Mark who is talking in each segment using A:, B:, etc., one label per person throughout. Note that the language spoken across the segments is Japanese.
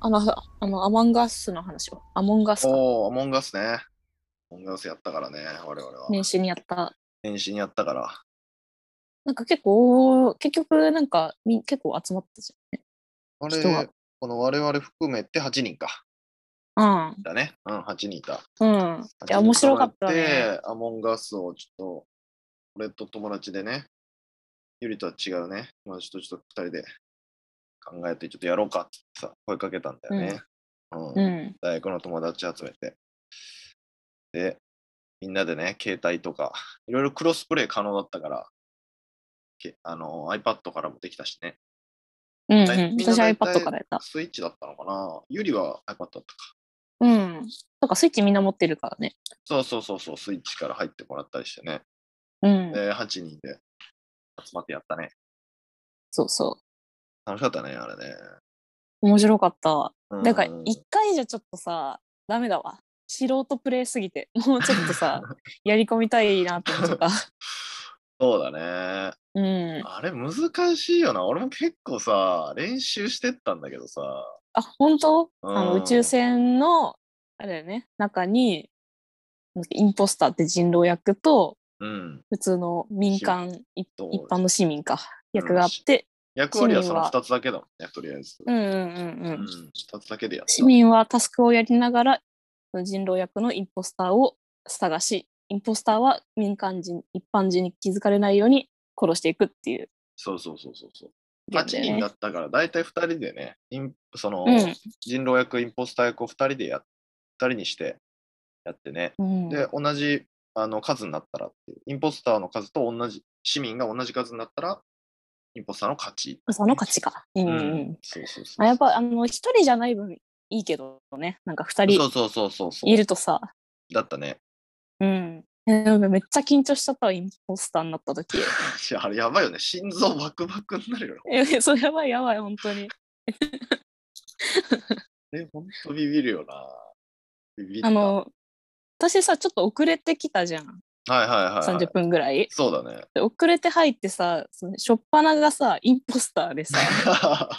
A: あの、あの、アマンガスの話を。アモンガスか。
B: おお、アモンガスね。アモンガスやったからね、我々は。
A: 年始にやった。
B: 年始にやったから。
A: なんか結構、結局、なんか、み結構集まったじ
B: あ
A: 人が
B: れ、この我々含めて8人か。
A: ゃん。
B: だね。うん、8人いた。
A: うん。うん。いや、面白かったね。
B: で、アモンガスをちょっと、俺と友達でね、ゆりとは違うね、友達とちょっと2人で考えて、ちょっとやろうかってさ、声かけたんだよね。うん
A: うん。
B: 大学の友達集めて。で、みんなでね、携帯とか、いろいろクロスプレイ可能だったから、けあの iPad からもできたしね。
A: うん、うん
B: 大体みんな
A: 私
B: 大体
A: iPad からやった。
B: スイッチだったのかなゆりは iPad だったか。
A: うん。なんかスイッチみんな持ってるからね。
B: そうそうそうそう、スイッチから入ってもらったりしてね。
A: うん。
B: で、8人で集まってやったね。
A: そうそ
B: 楽しかったね、あれね。
A: う。面白かったわ。
B: う
A: だから、一回じゃちょっとさ、ダメだわ。素人プレイすぎて、もうちょっと さ、やり込みたいなって思っちゃった。
B: そうだね。
A: うん。
B: あれ難しいよな。俺も結構さ、練習してったんだけどさ。
A: あ、本当
B: うん
A: あの宇宙船の、あれだよね、中に、インポスターって人狼役と、
B: うん。
A: 普通の民間、一
B: そう
A: 一般の市民か、役があって、
B: 役割はその
A: 市民
B: 2つだけだもんね、とりあえず。
A: うんうんうんうん。
B: 2つだけでやった。
A: 市民はタスクをやりながら、その人狼役のインポスターを探し、インポスターは民間人、一般人に気づかれないように殺していくっていう
B: そうそうそうそうそう。
A: ゲーム
B: 8
A: だ
B: 人
A: よ
B: だ
A: ね。
B: ったから、大体2人でね、インその、
A: うん
B: 人狼役、インポスター役を2人でや、2人にしてやってね。
A: うん、
B: で、同じあの数になったらっていうインポスターの数と同じ、市民が同じ数になったら、インポスターの勝ち。
A: その勝ちか。うん
B: う
A: うん
B: ん。そうそうそう。
A: あやっぱあの一人じゃない分いいけどねなんか二人
B: そうそうそうそうそう。
A: いるとさ
B: だったね。
A: うんえでもめっちゃ緊張しちゃったわインポスターになった 時
B: いやあれやばいよね。心臓バクバクになるよね。
A: えそれやばいやばい本当に
B: え、ほんとビビるよな。ビビった。
A: あの私さちょっと遅れてきたじゃん
B: はいはいはい、はい
A: 30。分ぐらい
B: そうだね。
A: で遅れて入ってさその初っ端がさインポスターでさ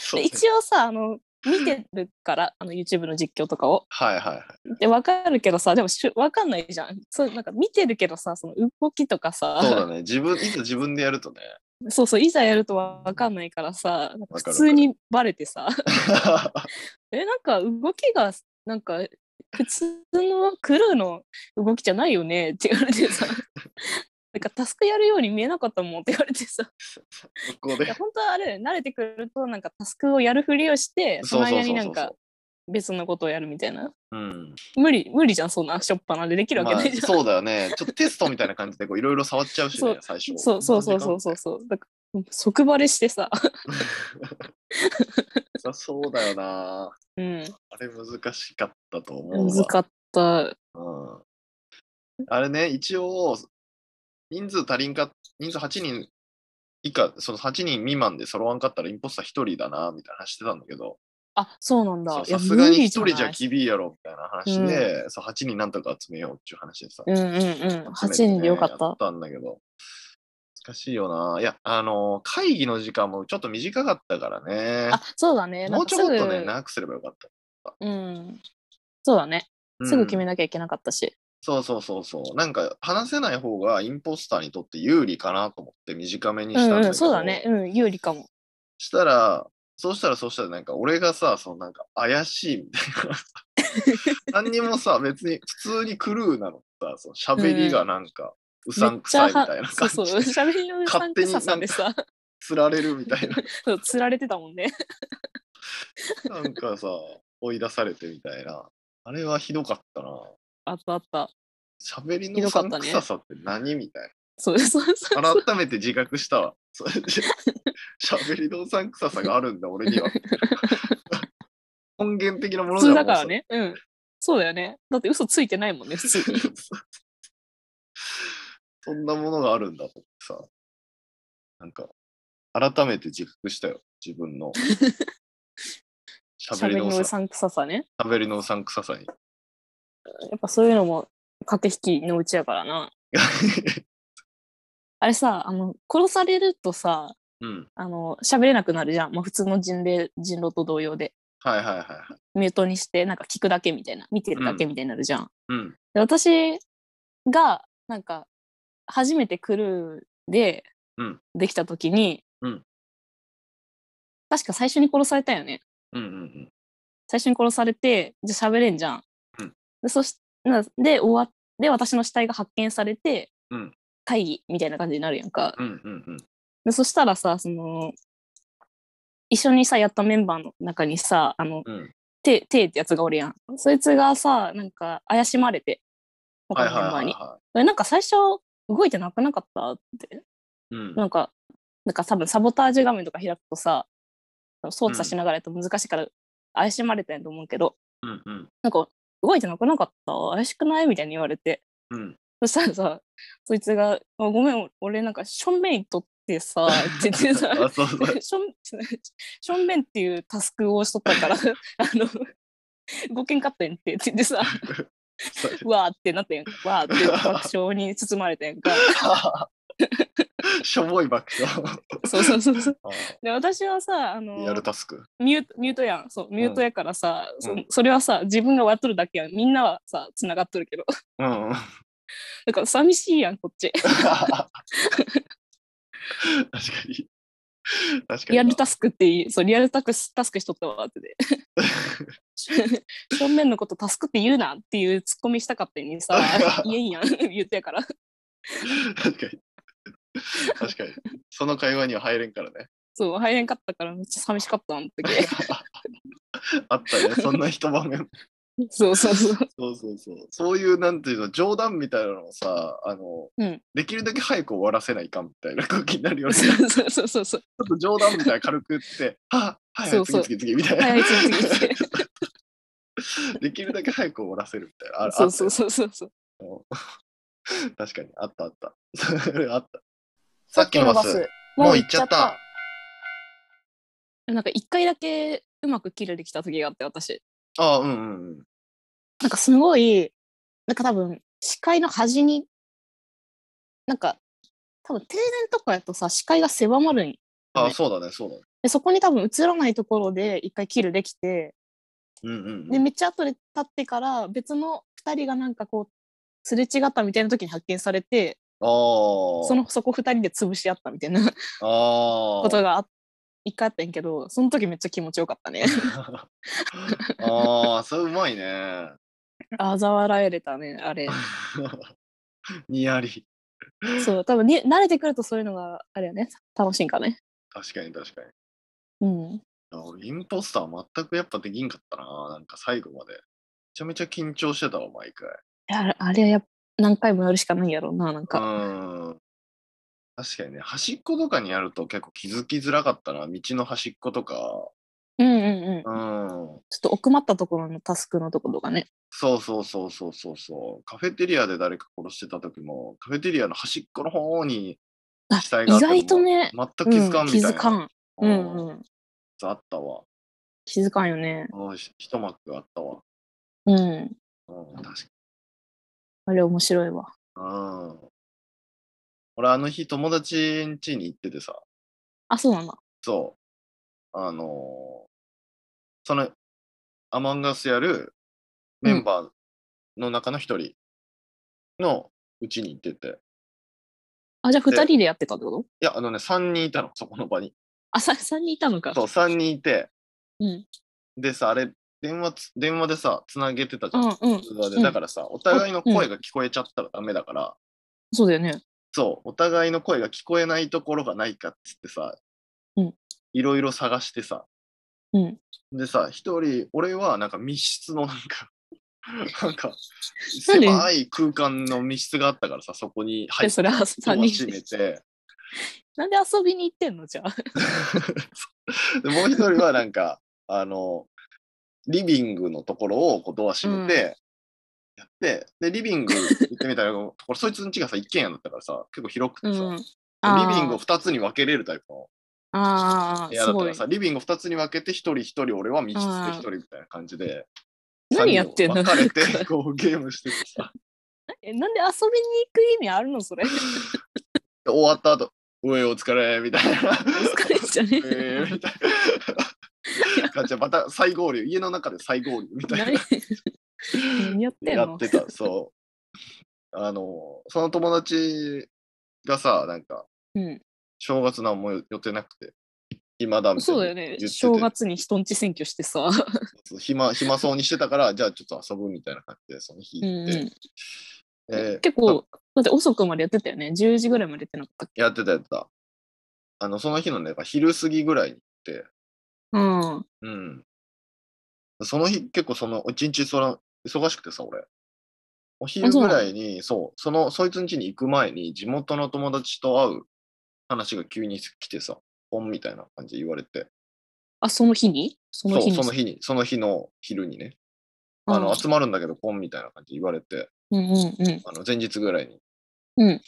B: そう
A: で
B: ね
A: 一応さあの見てるからあの YouTube の実況とかを
B: はいはいはい。
A: でわかるけどさでもしゅわかんないじゃんそうなんか見てるけどさその動きとかさ
B: そうだね。自分、いざ自分でやるとね。
A: そうそういざやるとわかんないからさなんか
B: わか
A: 普
B: る
A: 通にバレてさえなんか動きがなんか普通のクルーの動きじゃないよね って言われてさなんかタスクやるように見えなかったもんって言われてさ
B: 向こう
A: いや
B: で。
A: 本当はあれ慣れてくるとなんかタスクをやるふりをしてその間になんか別のことをやるみたいな
B: うん。
A: 無理無理じゃんそんなしょっぱなでできるわ
B: ま
A: け
B: あ
A: ないじゃん、
B: そうだよね。ちょっとテストみたいな感じで、こういろいろ触っちゃうしね、最 初。
A: そうそうそうそうそうそうだから即バレしてさ
B: そりゃそうだよな。
A: うん
B: あれ難しかったと思うわ。
A: 難かった
B: うん。あれね、一応、人数足りんか、人数8人以下、その8人未満で揃わんかったらインポスター1人だな、みたいな話してたんだけど、
A: あそうなんだ
B: そう
A: いや
B: さすがに
A: 無
B: 1
A: 理
B: 人じゃ
A: ない
B: 厳いやろ、みたいな話で、そう8人なんとか集めようっていう話でさ。
A: うんうんうん。8
B: 集めてね
A: 人でよかっ
B: や
A: た
B: っ。たんだけど。難しいよな。いや、あの、会議の時間もちょっと短かったからね。
A: あ、そうだね。なん
B: もう
A: か
B: ち
A: す
B: ょこ
A: ぐ
B: っとね、長くすればよかった。
A: うん。そうだね。すぐ決め
B: うん
A: なきゃいけなかったし。
B: そうそうそうそう。なんか話せない方がインポスターにとって有利かなと思って短めに
A: う
B: したんだ
A: ん
B: けど、
A: うん、そうだね。うん、有利かも。
B: したら、そうしたらそうしたらなんか俺がさ、そのなんか怪しいみたい な。何にもさ、別に普通にクルーなのさ、その喋りがなんかう
A: め
B: さん
A: っ
B: く
A: ち
B: さい
A: ゃ
B: みたいな
A: は、そ
B: 感
A: う
B: じ
A: そう、喋りのうさんくささでさ、
B: つられるみたいな。
A: そう釣られてたもんね。
B: なんかさ、追い出されてみたいな。あれはひどかったな。
A: あったあった。
B: 喋り
A: ひど
B: の
A: か
B: さ
A: ったね
B: 臭さって何みたい
A: そうそうそう。
B: な。改めて自覚したわ。 それで喋りのさん臭さがあるんだ、俺 には。根源的なも
A: 普
B: のだ
A: 通
B: も
A: だ
B: ん
A: から。ね。うん。そうだよね。だって嘘ついてないもんね、普
B: そ
A: 通
B: れ
A: に。
B: そんなものがあるんだと思ってさ。なんか、改めて自覚したよ、自分の。喋
A: 喋
B: り
A: りの
B: の
A: う
B: さ
A: さんくささね。
B: 喋りのうさん臭さに。
A: やっぱそういうのも駆け引きのうちやからな。あれさ、あの、殺されるとさ、
B: うん。
A: あの喋れなくなるじゃん、まあ、普通の人類人狼と同様で
B: はいはいはいはい。
A: ミュートにしてなんか聞くだけみたいな見てるだけみたいになるじゃん。
B: うん。
A: で私がなんか初めてクルーで
B: うん
A: できた時に、
B: うん
A: 確か最初に殺されたよね
B: うんうんうん。
A: 最初に殺されてじゃあ喋れんじゃん。
B: うん
A: でそしなで終わって私の死体が発見されて、
B: うん
A: 会議みたいな感じになるやんか。
B: うんうんうん。
A: でそしたらさその一緒にさやったメンバーの中にさあの
B: うん。
A: テイテイってやつがおるやんそいつがさなんか怪しまれて他
B: はい
A: のメンバ
B: はい
A: ー
B: はい
A: に、
B: は
A: えなんか最初動いてなくなかったって
B: い。うん。
A: なんかなんか多分サボタージュ画面とか開くとさ操作しながらやると難しいから怪しまれてんと思うけど、
B: うんうん
A: なんか動いてなくなかった怪しくないみたいに言われて
B: うん。
A: そしたらさそいつが「あごめん俺なんか正面取ってさ」って言ってさ
B: あ、そう そう。
A: しょん しょんべんっていうタスクをしとった からあの5件買ったやんってって言って さうわーってなったやんかわーって 爆笑に包まれたやんか
B: しょぼい爆笑。
A: そうそうそうそう
B: あ
A: で私はさあの
B: リアルタスク。
A: ミュートミュートやんそうミュートやからさ、
B: う
A: そ
B: ん
A: それはさ自分がやっとるだけやんみんなはさつながっとるけど
B: うんうん。
A: だから寂しいやんこっち
B: 確かに。確かに。
A: リアルタスクっていいそうリアルタスタスクしとったわってで正面のことタスクって言うなっていうツッコミしたかったのに さ言えんやん言ってやから
B: 確かに。確かに。その会話には入れんからね。
A: そう、入れんかったからめっちゃ寂しかったんだけ
B: あったね。そんな一場面。
A: そうそう そう。
B: そうそうそう。そういう、なんていうの、冗談みたいなのをさ、あの、
A: うん
B: できるだけ早く終わらせないかんみたいな空気になるよね。ちょ
A: そうそうそうそう。
B: っと冗談みたいな軽く言って、はあ、はい、
A: そ
B: は
A: う
B: い、
A: そう
B: 次次次みたいな。
A: はい、次次次。
B: できるだけ早く終わらせるみたいな。あ
A: そうそう
B: そ
A: そうそうそう。
B: う。 確かに、あったあった。それあった。さっきのバス、
A: も
B: も
A: う
B: う
A: 行
B: 行
A: っ
B: っ
A: ち
B: ち
A: ゃ
B: ゃ
A: っ
B: ったた。
A: なんか一回だけうまく切れてきた時があって、私。
B: ああ、うんうんうん。
A: なんかすごい、なんか多分、視界の端に、なんか、多分停電とかやとさ、視界が狭まるん
B: あ
A: は
B: あ、
A: い
B: そうだね、そうだね。
A: でそこに多分映らないところで一回キルできて、
B: うんうんう
A: で、
B: ん。
A: めっちゃ後で立ってから別の二人がなんかこう、すれ違ったみたいな時に発見されて、
B: ああ。
A: そのそこ2人で潰し合ったみ たいな
B: あ
A: ことがあ一回あったんやけどその時めっちゃ気持ちよかった ね
B: あ。 ああ、それうまいね。
A: あざ笑えれたねあれ
B: にやり。
A: そう多分に慣れてくるとそういうのがあれやね楽しいんかね
B: 確かに確かに。
A: うん
B: あ俺インポスター全くやっぱできんかったな。なんか最後まで。めちゃめちゃ緊張してたわ、毎回。
A: あれあれはやっぱ何回もやるしかないんやろうななん
B: う
A: か、
B: ーん。確かにね、端っことかにやると結構気づきづらかったな。道の端っことか。
A: うん、うんうんちょっ
B: うん。
A: と奥まったところのタスクのところとかね
B: そうそうそうそうそうそう。カフェテリアで誰か殺してた時も、カフェテリアの端っこの方に
A: あ
B: 死体
A: 意
B: があっても
A: 外とね、
B: 全く気づかん
A: う
B: み
A: ん気
B: たいな。
A: づかんうんうん
B: あったわ。
A: 気づかんよね
B: うんひ一幕があったわ。
A: うん
B: うん、確かに。
A: あれ面白いわ
B: うん。俺、あの日、友達ん家に行っててさ、
A: あそうなんだ
B: そう、あのーその、アマンガスやるメンバーの中の一人のうちに行ってて、い
A: あじゃあ2人でやってたってこと
B: や、あのね、3人いたの、そこの場に。
A: あさ3人いたのか
B: そう、3人いて、
A: うん、
B: でさ、あれ、電話つ、電話でさ、つなげてたじ
A: う
B: ゃん。
A: んうん
B: 通話
A: うん
B: でだからさ、お互いの声が聞こえちゃったらダメだから、
A: そうだよね
B: そう、お互いの声が聞こえないところがないかっつってさ、
A: うん
B: いろいろ探してさ、
A: うん
B: でさ、一人、俺はなんか密室のなんか、 なんか、
A: なんで
B: 狭い空間の密室があったからさ、そこに入
A: え、
B: って、
A: それは3
B: ドア
A: 人
B: 閉
A: で
B: め。て、
A: なんで遊びに行ってんのじゃあ。
B: でもう一人はなんか、あの、リビングのところをこうドア閉めて、やって、で、リビング行ってみたら、ところそいつの家がさ、一軒家だったからさ、結構広くてさ、
A: うん。
B: リビングを2つに分けれるタイプの
A: あーあー、
B: 部屋
A: す
B: だった
A: ご
B: か
A: い
B: ら。さ、リビング2つに分けて、1人1人、俺は密室で1人みたいな感じで。
A: 何やってんの
B: 三人を分か
A: な
B: れて、こうゲームしててさ。
A: え、なんで遊びに行く意味あるのそれ。
B: で終わった後、うえ、お疲れ、みたいな。
A: 疲れちゃね。
B: えーみたいガチャまた再合流家の中で再合流みたい
A: 何
B: な
A: 何やってん
B: やっ
A: の
B: てたそうあのその友達がさなんか
A: うん、
B: 正月なんも予定なくて暇だみたい
A: そ
B: な
A: うだよね
B: 言ってて
A: 正月に人んち選挙してさ、
B: そう暇暇そうにしてたからじ ゃあちょっと遊ぶみたいな感じでその日
A: うん
B: 行って、
A: うん
B: で
A: 結構だって遅くまでやってたよね10時ぐらいまでやってなかったっけ
B: やってたやってたあのその日のねやっぱ昼過ぎぐらいに行って
A: うん
B: うんその日結構その一日その忙しくてさ俺お昼
A: あそう
B: ぐ
A: なの
B: らいにそうそのそいつん家に行く前に地元の友達と会う話が急に来てさ本みたいな感じで言われて
A: あその日にその
B: そ
A: 日
B: う
A: に
B: その日にその日の昼にね
A: うん
B: あの集まるんだけど本みたいな感じで言われて
A: うんうんうん
B: あの前日ぐらいに、
A: うん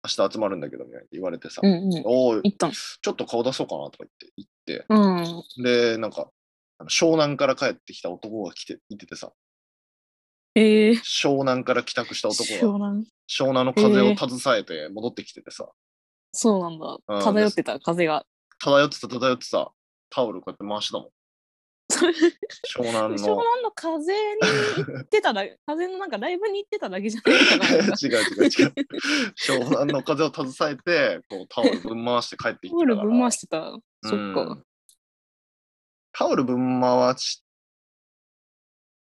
B: 明日集まるんだけどみたいな言われてさ、
A: うんうん
B: おー
A: 行ったの
B: ちょっと顔出そうかなとか言って
A: うん
B: 行ってでなんかあの湘南から帰ってきた男が来ていててさ
A: えー、
B: 湘南から帰宅した
A: 湘
B: 男が
A: 南
B: 湘南の風を携えて戻ってきててさ、
A: そうなんだ、
B: うん
A: 漂ってた風が
B: 漂ってた漂ってたタオルこうやって回してたもん
A: それ
B: 湘南
A: 湘
B: の
A: 南の風に行ってただ風のなんかライブに行ってただけじゃないかな なんか
B: 違う違う違う湘南の風を携えてこうタオルぶん回して帰ってきてた
A: ボー
B: から
A: ルぶん回してたそっ
B: う
A: か
B: んタオルぶん回し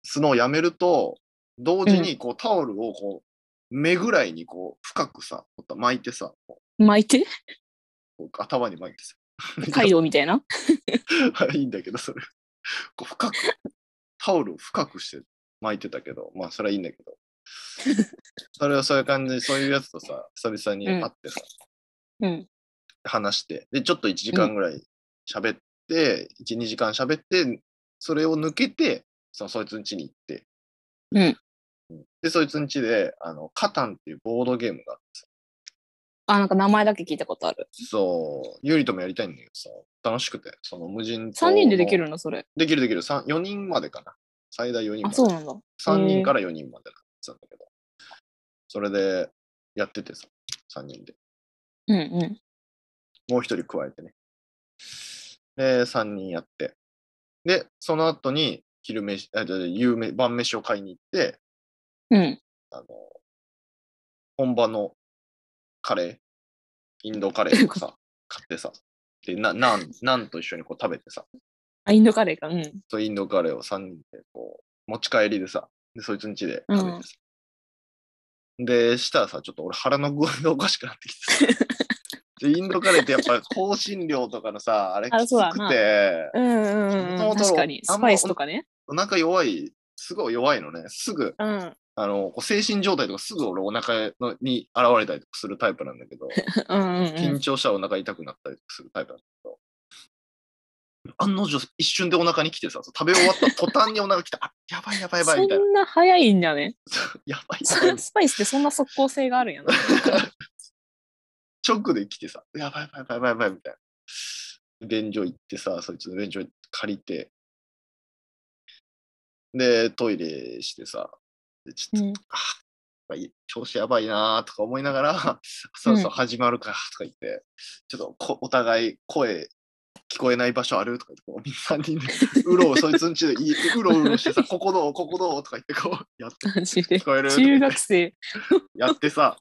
B: すのをやめると同時にこう、タオルをこう目ぐらいにこう深くさこう巻いてさこ
A: 巻い て
B: うこう頭に巻いてさ
A: カイドウみたいな
B: いいんだけどそれこう深くタオルを深くして巻いてたけどまあそれはいいんだけど それはそういう感じでそういうやつとさ久々に会ってさ、
A: うん
B: 話してでちょっと1時間ぐらい喋って、12時間喋ってそれを抜けてそのそいつん家に行って、
A: うん
B: うんでそいつん家であのカタンっていうボードゲームがあってさ
A: あなんか名前だけ聞いたことある
B: そうゆりともやりたいんだけどさ楽しくてその無人島
A: 3人ででき
B: の
A: るのそれ
B: できるできるさん4人までかな最大4人ま
A: あ
B: で
A: そうなんだ
B: 3
A: へ
B: 人
A: ー
B: から4人までだったんだけどそれでやっててさ3人で
A: うんうん
B: もう一人加えてね。で、三人やって。で、その後に昼飯、あ、じゃあ夕飯、晩飯を買いに行って、
A: うん
B: あの、本場のカレー、インドカレ
A: どうい
B: ー
A: う
B: を
A: こ
B: さ、 買ってさ、で、な、なん、なんと一緒にこう食べてさ、
A: あインドカレーかうん
B: そうインドカレーを三人でこう、持ち帰りでさ、で、そいつん家で食べてさ。で、したらさ、ちょっと俺腹の具合がおかしくなってきてさ、 でインドカレーってやっぱ香辛料とかのさ、あれ
A: あ
B: きつ
A: そうだ
B: く
A: な
B: て、
A: うんうんうん
B: 元々
A: 確かに
B: あん
A: ス
B: ま
A: パイスとかね
B: お腹弱い、すごい弱いのね、すぐ、
A: うん
B: あの、こう精神状態とかすぐ俺お腹のに現れたりとかするタイプなんだけど、
A: うんうんう
B: 緊
A: ん
B: 張したらお腹痛くなったりとかするタイプなんだけど、案の定一瞬でお腹に来てさ、食べ終わった途端にお腹来た、あ、やばいやばいやばい
A: そ
B: みたいな。
A: んな早いんじゃ ね
B: やばいやばいみたいな
A: スパイスってそんな即効性があるんやな
B: 直で来てさ、やばいやばいやばいやばいみたいな。便所行ってさ、そいつの便所借りて、で、トイレしてさ、でちょっと、
A: うん
B: あやばい調子やばいなとか思いながら、そろそろ始まるかとか言って、ちょっとこお互い声聞こえない場所あるとか言って、こう3人で、 うろう、そいつんちでい、うろうろしてさ、ここどう、ここどうとか言って、こう、やっ
A: マジで
B: 聞こえるとか言
A: 中
B: って
A: 学生
B: やってさ、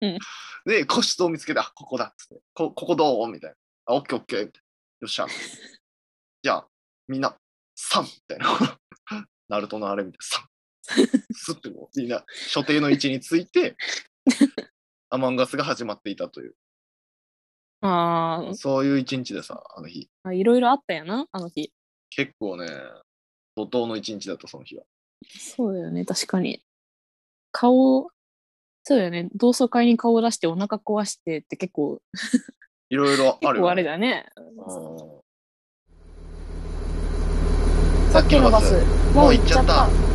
A: うん
B: で、個室を見つけて、あ、ここだっつって、こここどうみたいな。あ、オッケーオッケー。よっしゃ。じゃあ、みんな、3! みたいな。 ナルトのあれみたいな、3! すってこう、みんな、所定の位置について、アマンガスが始まっていたという、
A: あー
B: そういう一日でさ、あの日、
A: あいろいろあったやなあの日
B: 結構ね、怒涛の一日だった、その日は。
A: そうだよね確かに顔そうだよね同窓会に顔を出してお腹壊してって結構
B: いろいろあ
A: 結
B: る
A: 構あ
B: よ、
A: れ
B: ね。
A: だね
B: うんさっきのバス、もう行っちゃった。